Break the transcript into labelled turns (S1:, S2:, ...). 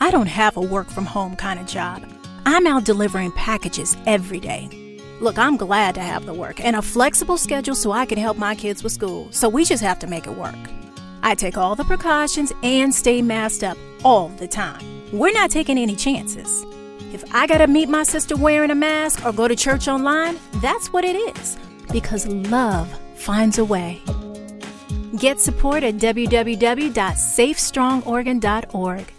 S1: I don't have a work from home kind of job. I'm out delivering packages every day. Look, I'm glad to have the work and a flexible schedule so I can help my kids with school. So we just have to make it work. I take all the precautions and stay masked up all the time. We're not taking any chances. If I gotta meet my sister wearing a mask or go to church online, that's what it is. Because love finds a way. Get support at www.safestrongorgan.org.